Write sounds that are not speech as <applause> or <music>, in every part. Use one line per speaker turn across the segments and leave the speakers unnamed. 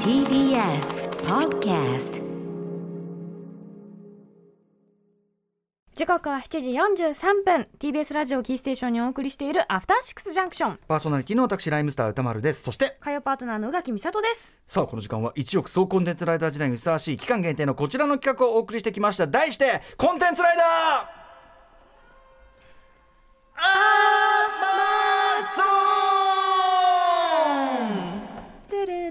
TBS Podcast
時刻は7時43分 TBS ラジオキーステーションにお送りしているアフターシックスジャンクション
パーソナリティの私ライムスター歌丸ですそして
火曜パートナーの宇垣美里です
さあこの時間は一億総コンテンツライダー時代にふさわしい期間限定のこちらの企画をお送りしてきました題してコンテンツライダーアマゾンてれ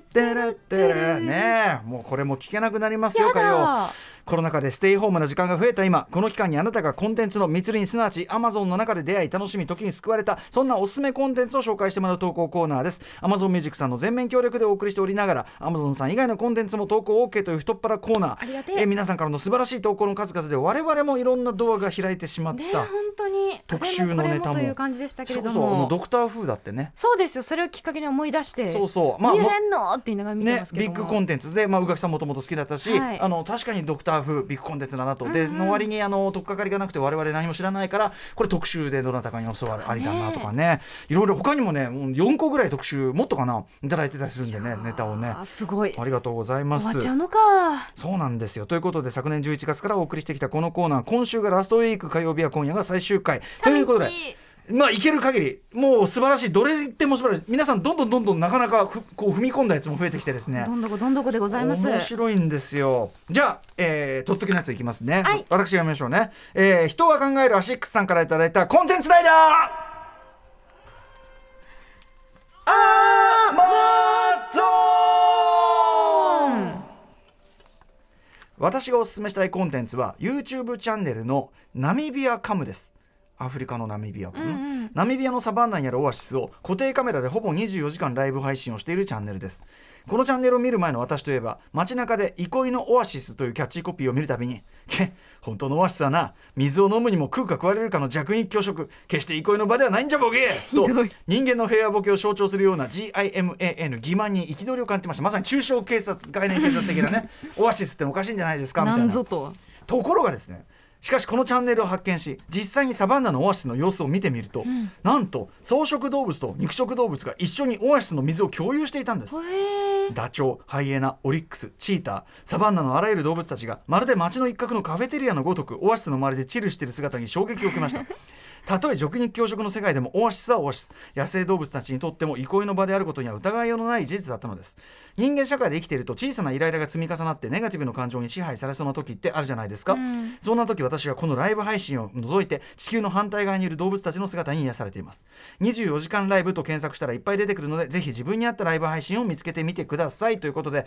ってれねえもうこれも聞けなくなりますよ
やだ
火曜コロナ禍でステイホームな時間が増えた今この期間にあなたがコンテンツの密林すなわち Amazon の中で出会い楽しみ時に救われたそんなおすすめコンテンツを紹介してもらう投稿コーナーです Amazon Music さんの全面協力でお送りしておりながら Amazon さん以外のコンテンツも投稿 OK という太っ腹コーナー
ありがてえ
え皆さんからの素晴らしい投稿の数々で我々もいろんなドアが開いてしまった、
ね本当に
特集の
あれ
ネ
もこれ
タも
もという感じでしたけ
そ
れど
うそうあの
も
ドクター風だってね
そうですよそれをきっかけに思い出して
そう
う
そう
まあ見
も
れんのって言いながら見て
ね
ます、けど
ビッ
も
グコンテンツで、まあ、宇垣さんもともと好きだったし、
はい
あの確かにドクター風ビッグコンテンツだなと、
うん
で
うん
の割にあの取っかかりがなくて我々何も知らないからこれ特集でどなたかに教わるありだなとかねいろいろ他にもねもう4個ぐらい特集もっとかないただいてたりするんでねネタをね
あーすごい
ありがとうございま
終わ
す
っちゃうのか
そうなんですよということで昨年11月からお送りしてきたこのコーナー今週がラストウィーク火曜日は今夜が最終回ということでまあ、いける限り、もう素晴らしい、どれ言っても素晴らしい、皆さん、どんどんどんどんなかなかふこう踏み込んだやつも増えてきてですね。
どんどこどんどこでございます
面白いんですよじゃあ、えー、とっときのやついきますね、
はい
私がやめましょうね、えー、人は考えるアシックスさんからいただいたコンテンツライダーアマゾン私がおすすめしたいコンテンツは YouTube チャンネルのナミビアカムですアフリカのナミビアかな、
うんうん
ナミビアのサバンナにあるオアシスを固定カメラでほぼ24時間ライブ配信をしているチャンネルですこのチャンネルを見る前の私といえば街中で憩いのオアシスというキャッチコピーを見るたびにけ本当のオアシスはな水を飲むにも食うか食われるかの弱肉強食決して憩いの場ではないんじゃ
<laughs>
ボケと人間の平和ボケを象徴するような GIMAN 欺瞞に憤りを感じてましたまさに中小警察概念警察的
<laughs>
なねオアシスっておかしいんじゃないですかみた
ないん
な
ぞと
ところがですねしかしこのチャンネルを発見し実際にサバンナのオアシスの様子を見てみると、なんと草食動物と肉食動物が一緒にオアシスの水を共有していたんです
へー
ダチョウハイエナオリックスチーターサバンナのあらゆる動物たちがまるで街の一角のカフェテリアのごとくオアシスの周りでチルしている姿に衝撃を受けました <laughs> たとえ食肉強食の世界でもオアシスはオアシス野生動物たちにとっても憩いの場であることには疑いようのない事実だったのです人間社会で生きていると小さなイライラが積み重なってネガティブの感情に支配されそうな時ってあるじゃないですか、
うん
そんな時私はこのライブ配信を除いて地球の反対側にいる動物たちの姿に癒されています24時間ライブと検索したらいっぱい出てくるのでぜひ自分に合ったライブ配信を見つけてみてくださいということで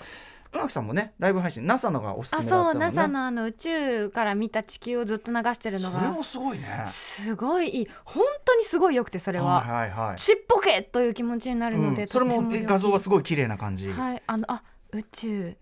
宇垣さんもねライブ配信 NASA のがおすす
あ
めだっ
そ
て
う
言ってた
NASA
もんね
のあの宇宙から見た地球をずっと流してるの
それ
が
もすごいね
すごいいい本当にすごいよくてそれは、
はいはいはい
ちっぽけという気持ちになるので、
うんそれ
とて
も
良い
え画像はすごい綺麗な感じ、
はいあのあ宇宙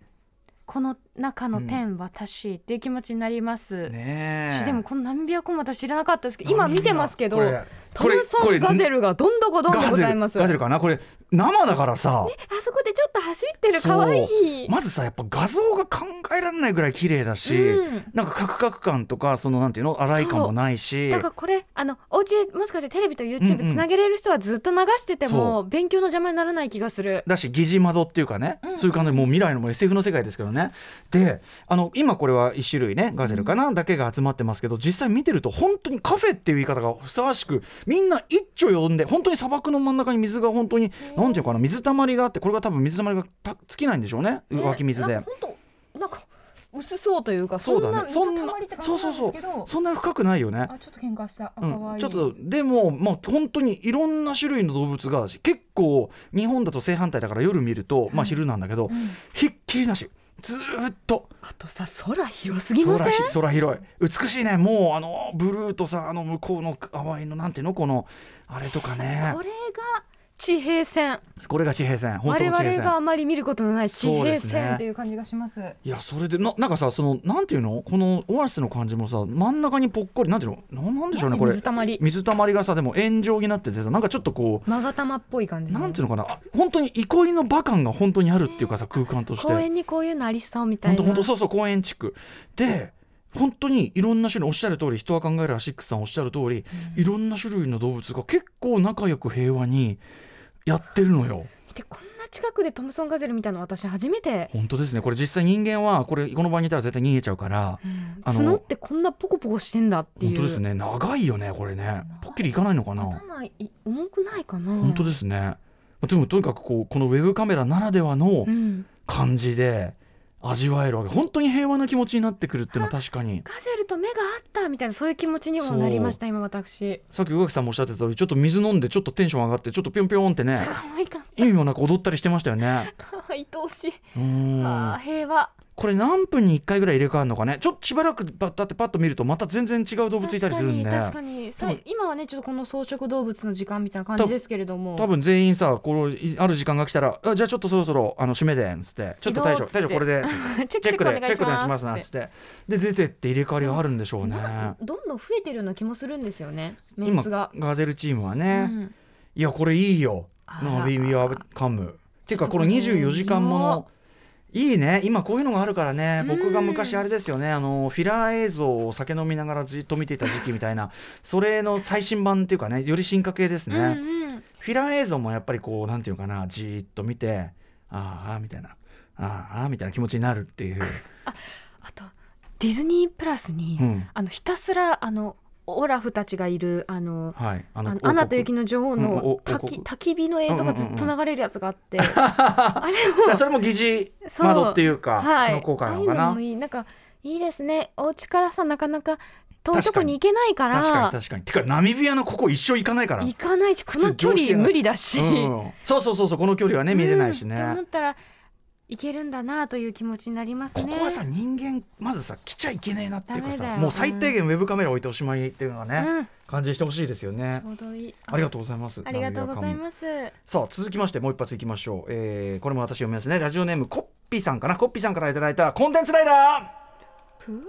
この中の天私っていう気持ちになります、
ね
し
え
でもこのナミビアコも私知らなかったですけど今見てますけど
これ
トムソンガゼルがどんどこどんど
ガ
ご
ゼ
ざい
ル
ます
ガゼルかなこれ生だからさ、
あそこでちょっと走ってる
そう
可愛い
まずさやっぱ画像が考えられないぐらい綺麗だし、
うん
なんかカクカク感とかそのなんていうの粗い感もないし
だからこれあのお家でもしかしてテレビと
うんう
YouTube
ん
つなげれる人はずっと流してても、勉強の邪魔にならない気がする。
だし疑似窓っていうかね、そういう感じでもう未来のもう SF の世界ですけどねであの今これは1種類ねガゼルかな、だけが集まってますけど実際見てると本当にカフェっていう言い方がふさわしくみんな一丁呼んで本当に砂漠の真ん中に水が本当になんていうかな水たまりがあってこれが多分水たまりがた尽きないんでしょうね湧き水で。
本当なんか薄そうというか
そうだね
そんな水
そんな
たまりって感じなんですけど
そんな深くないよね
あちょっと喧嘩したあ可
う
愛
ん
い
ちょっとでも、まあ、本当にいろんな種類の動物が結構日本だと正反対だから夜見ると、まあ、昼なんだけど、
ん
ひっきりなしずーっと
あとさ空広すぎませ
空
ん
ひ空広い美しいねもうあのブルーとさあの向こうの淡いのなんていうのこのあれとかね
これが地平線
これが地平線本当
我
の地平
々があ
線
まり見ることのない地平
そうですね
線という感じがします
いやそれでななんかさそのなんていうのこのオアシスの感じもさ真ん中にぽっこりなんていうのなんなんでしょうねこれ
水たまり
水たまりがさでも円状になっててさなんかちょっとこう
まがたまっぽい感じね
なんていうのかなあ本当に憩いの場感が本当にあるっていうかさ空間として
公園にこういうのありそうみたい
本
な
当本当そうそう公園地区で本当にいろんな種類おっしゃる通り人は考えるアシックスさんおっしゃる通り、いろんな種類の動物が結構仲良く平和にやってるのよ。
見でこんな近くでトムソンガゼル見たの私初めて、
本当ですねこれ実際人間はこれこの場にいたら絶対逃げちゃうから
うん、
あの
角ってこんなポコポコしてんだっていう
本当ですね長いよねこれねポッキリいかないのかな
頭い重くないかな
本当
で
ですねまあでもとにかくこうこのウェブカメラならではの
うん、
感じで味わえるわけ本当に平和な気持ちになってくるっていうのは確かに
ガゼルと目があったみたいなそういう気持ちにもなりました今私
さっき宇垣さんもおっしゃってた通りちょっと水飲んでちょっとテンション上がってちょっとピョンピョンってね
可愛かっ
意味もなく踊ったりしてました
<laughs>
よね
た愛おしい、
う
ああ
ん
平和
これ何分に1回ぐらい入れ替わるのかねちょっとしばらくばだってパッと見るとまた全然違う動物いたりするんで
確かに確かにさ
で
今はねちょっとこの草食動物の時間みたいな感じですけれども
多分全員さこういある時間が来たらあじゃあちょっとそろそろあの締めでんつってちょっと大将
移動っつって
大将これ
<laughs>
で
チェック
チ
チェ
ェッ
ッ
ク
ク
でチェックお
お願い
願いし
し
ま
ますす
なんつってで出てって入れ替わりがあるんでしょうね
なんかどんどん増えてるような気もするんですよねメン
今
ツが、
ガゼルチームは
う
ね、
ん
いやこれいいよ
あら
ナビビアカムていうかこの
ちょっとこれ
24時間ものいいね今こういうのがあるからね
うん
僕が昔あれですよねあのフィラー映像を酒飲みながらじっと見ていた時期みたいなそれの最新版っていうかねより進化系ですね、
うんうん
フィラー映像もやっぱりこうなんていうかなじーっと見てあーあーみたいなあーあーみたいな気持ちになるっていう、
あとディズニープラスに、
うん
あのひたすらあのオラフたちがいるあの
はい、あ
あのアナと雪の女王
うんお
の
王
焚き
国
焚き火の映像がずっと流れるやつがあって、あ
だか
れ
ら
も
それも疑似
そう
窓っていうか
はい
その効果なのか
ああいう
な
のもいいなんかいいですねお家からさなかなか遠いと
確か
こ
に
に行けないから
確かに確かにてかナミビアのここ一生行かないから
行かないしこ
普通
の距
常識
離
がな
無
い
理だし、
うん、そうそうそうそうこの距離はね見れないしね、
うんって思ったら行けるんだなという気持ちになりますね
ここはさ人間まずさ来ちゃいけねえなっていうか
ダメだ
さ
よ
もう最低限ウェブカメラ置いておしまいっていうのはね、
うん、ち
感じしてほしいですよね
ょうどいい
ありがとうございます
ありがとうございます
さあ続きましてもう一発いきましょう、えー、これも私読みますねラジオネームコッピーさんかなコッピーさんからいただいたコンテンツライダー
ぷー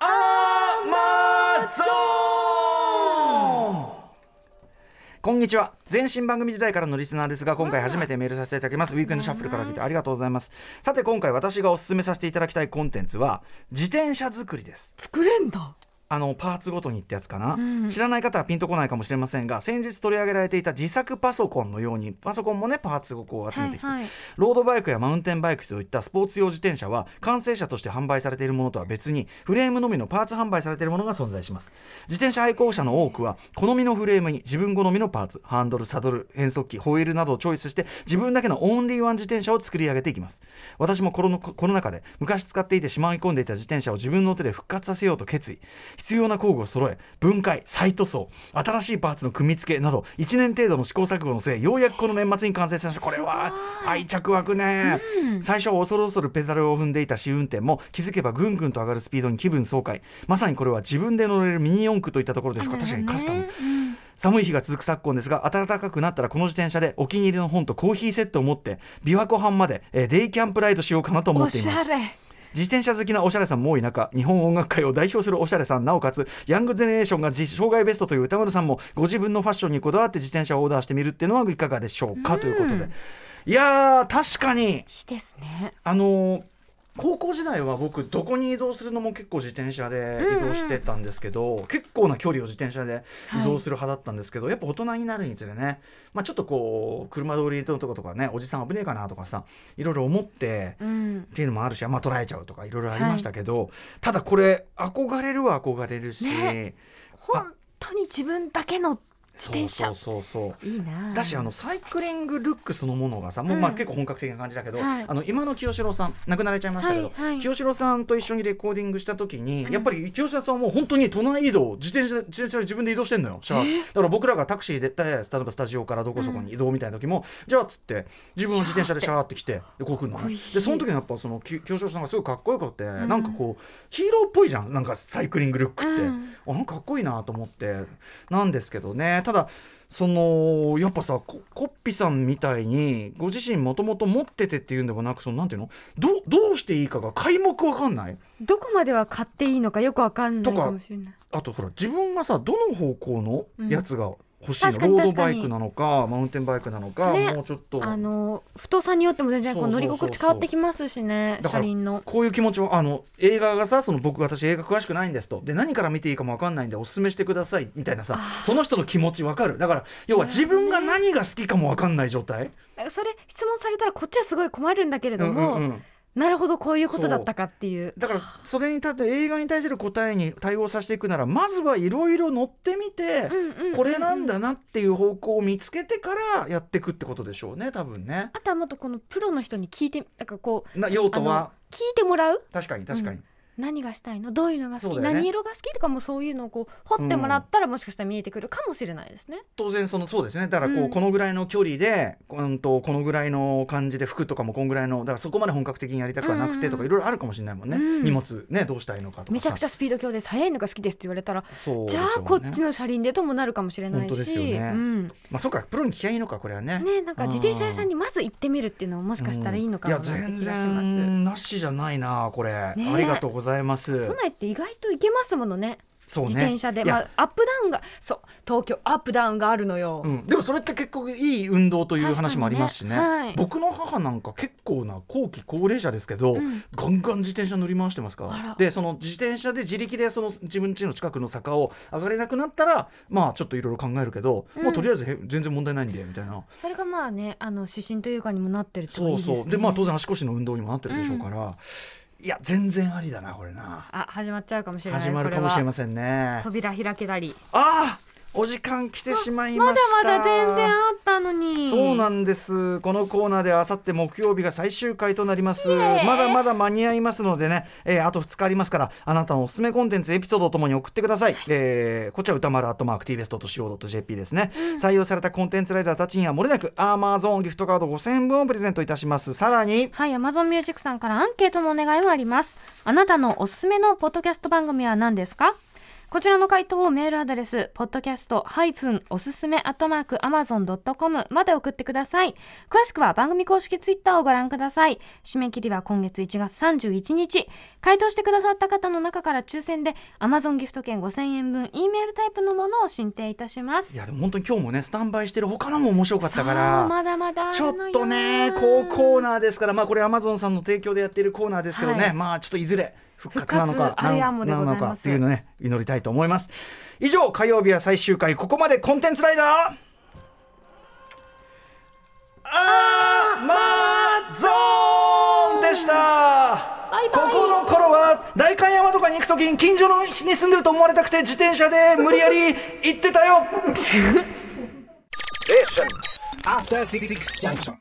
アマゾンこんにちは前身番組時代からのリスナーですが今回初めてメールさせていただきますウィークエンドシャッフルから聞いてありがとうございますさて今回私がお勧めさせていただきたいコンテンツは自転車作りです
作れんだ
あのパーツごとにってやつかな、
うん
知らない方はピンとこないかもしれませんが先日取り上げられていた自作パソコンのようにパソコンもねパーツをこう集めてきて、
はいはい
ロードバイクやマウンテンバイクといったスポーツ用自転車は完成車として販売されているものとは別にフレームのみのパーツ販売されているものが存在します自転車愛好者の多くは好みのフレームに自分好みのパーツハンドルサドル変速機ホイールなどをチョイスして自分だけのオンリーワン自転車を作り上げていきます私もこのこの中で昔使っていてしまい込んでいた自転車を自分の手で復活させようと決意必要な工具を揃え分解再塗装新しいパーツの組み付けなど1年程度の試行錯誤の末ようやくこの年末に完成しましたこれは愛着湧くね、最初は恐る恐るペダルを踏んでいた試運転も気づけばぐんぐんと上がるスピードに気分爽快まさにこれは自分で乗れるミニ四駆といったところでしょうか確かにカスタム、寒い日が続く昨今ですが暖かくなったらこの自転車でお気に入りの本とコーヒーセットを持って琵琶湖畔まで、えーデイキャンプライドしようかなと思
お
ってい
し
ま
ゃ
す
れ
自転車好きなおしゃれさんも多い中日本音楽界を代表するおしゃれさんなおかつヤングジェネレーションが自生涯ベストという歌丸さんもご自分のファッションにこだわって自転車をオーダーしてみるっていうのはいかがでしょうかということでいやー確かに
いいですね
あのー高校時代は僕どこに移動するのも結構自転車で移動してたんですけど、結構な距離を自転車で移動する派だったんですけど、やっぱ大人になるにつれね、まあ、ちょっとこう車通りのとことかねおじさん危ねえかなとかさいろいろ思って
うん
っていうのもあるし、まあ、捉えちゃうとかいろいろありましたけど、ただこれ憧れるは憧れるし、
ね本当に自分だけの自
そう
転
そ
車
うそうそう。
いいな
だしあのサイクリングルックそのものがさもう
うん
まあ結構本格的な感じだけど、
はい
あの今の清志郎さん亡くなられちゃいましたけど、
はいはい
清志郎さんと一緒にレコーディングした時に、
うん
やっぱり清志郎さんはもう本当に都内移動自転車自転車で自分で移動してんのよシャワーだから僕らがタクシーで例えばスタジオからどこそこに移動みたいな時も、じゃあっつって自分は自転車でシャワーってきてでこう来るの
かっこ
ね
いい
でその時のやっぱそのき清志郎さんがすごいかっこよくて、
ん
なんかこうヒーローっぽいじゃんなんかサイクリングルックって、
うん
あなんかかっこいいなと思ってなんですけどねただそのやっぱさこコッピさんみたいにご自身もともと持っててっていうんでもなくそのなんていうのどうどうしていいかが皆目わかんない
どこまでは買っていいのかよくわかんないかもしれない
あとほら自分がさどの方向のやつが欲しいの
確かに
ロードバイクなのかマウンテンバイクなのか、
ね
もうちょっと
あの太さによっても全然こ
そううそう
乗り
そうそう
心地変わってきますしね
だから
車輪の
こういう気持ちをあの映画がさその僕私映画詳しくないんですとで何から見ていいかも分かんないんでおすすめしてくださいみたいなさ
あー
その人の気持ち分かるだから要は自分が何が好きかも分かんない状態
それ質問されたらこっちはすごい困るんだけれども、
うんうんうん
なるほどこういうことだったかっていう
だからそれに対して映画に対する答えに対応させていくならまずはいろいろ乗ってみて
うんうんうんうん
これなんだなっていう方向を見つけてからやっていくってことでしょうね多分ね。
あとはもっとこのプロの人に聞いてなんかこう
な用途は
聞いてもらう
確かに確かに、
何がしたいのどういうのが
そ
好
う
き、
だよね
何色が好きとかもそういうのをこう掘ってもらったらもしかしたら見えてくるかもしれないですね。
当然そのそうですねだからこう、
うん
このぐらいの距離で、うん、とこのぐらいの感じで服とかもこんぐらいのだからそこまで本格的にやりたくはなくて
う
とか
んうん
いろいろあるかもしれないもんね、
うん
荷物ねどうしたいのかとかさ
めちゃくちゃスピード強です速いのが好きですって言われたら、
そうでし
じ
ょう
ゃ
ね
あこっちの車輪でともなるかもしれない
本当ですよ
し、
ね
うん、ね
まあそうかプロに聞きゃいいのかこれはね。
なんか自転車屋さんにまず行ってみるっていうのももしかしたらいいのか
うん
ないっ
や
て気がし
全
ます。
然なしじゃないなこれ、
ね
ありがとうございま
都
す
内って意外と行けますものね
そうね
自転車で、
いや
まあ、アップダウンがそう東京アップダウンがあるのよ。
うん、でもそれって結構いい運動という話もありますしね
確かにねはい
僕の母なんか結構な後期高齢者ですけど、
うん
ガンガン自転車乗り回してますから
あら
でその自転車で自力でその自分家の近くの坂を上がれなくなったらまあちょっといろいろ考えるけど、
うん
もうとりあえずへ全然問題ないんでみたいな
それがまあねあの指針というかにもなってるって
そ
いういです
そう
ね。
で,、まあ当然足腰の運動にもなってるでしょうから、いや全然ありだなこれな
あ始まっちゃうかもしれない
始まるかもしれ
こ
ませんね
は扉開けたり
ああお時間来てしまいま
ま
し
だ
た
まだ全然あったのに
そうなんですこのコーナーではあさって木曜日が最終回となります
エーイ
まだまだ間に合いますのでね、えーあと2日ありますからあなたのおすすめコンテンツエピソードともに送ってください、えーこちら歌丸アットマーク TBS.CO.JP ですね、採用されたコンテンツライダーたちにはもれなく Amazon ギフトカード5000円分をプレゼントいたしますさらに
はい Amazon Music さんからアンケートのお願いもありますあなたのおすすめのポッドキャスト番組は何ですかこちらの回答をメールアドレス podcast- おすすめ -amazon.com まで送ってください詳しくは番組公式ツイッターをご覧ください締め切りは今月1月31日回答してくださった方の中から抽選で Amazon ギフト券5000円分 E メールタイプのものを進呈いたします
いやでも本当に今日もねスタンバイしてる他のも面白かったか
そう
ら
まだまだあ
ち
る
ょ
の
っ
よ
とねこうコーナーですからまあこれ Amazon さんの提供でやっているコーナーですけどね、
はい
まあちょっといずれ復活なの
復
か
活あるやもで
な
ござい
な
ます
のかっていうのね祈りたいと思います以上火曜日は最終回ここまでコンテンツライダーアマゾンでした
バイ
こ
バイ
この頃は代官山とかに行くときに近所の日に住んでると思われたくて自転車で無理やり行ってたよ
After Six Junction.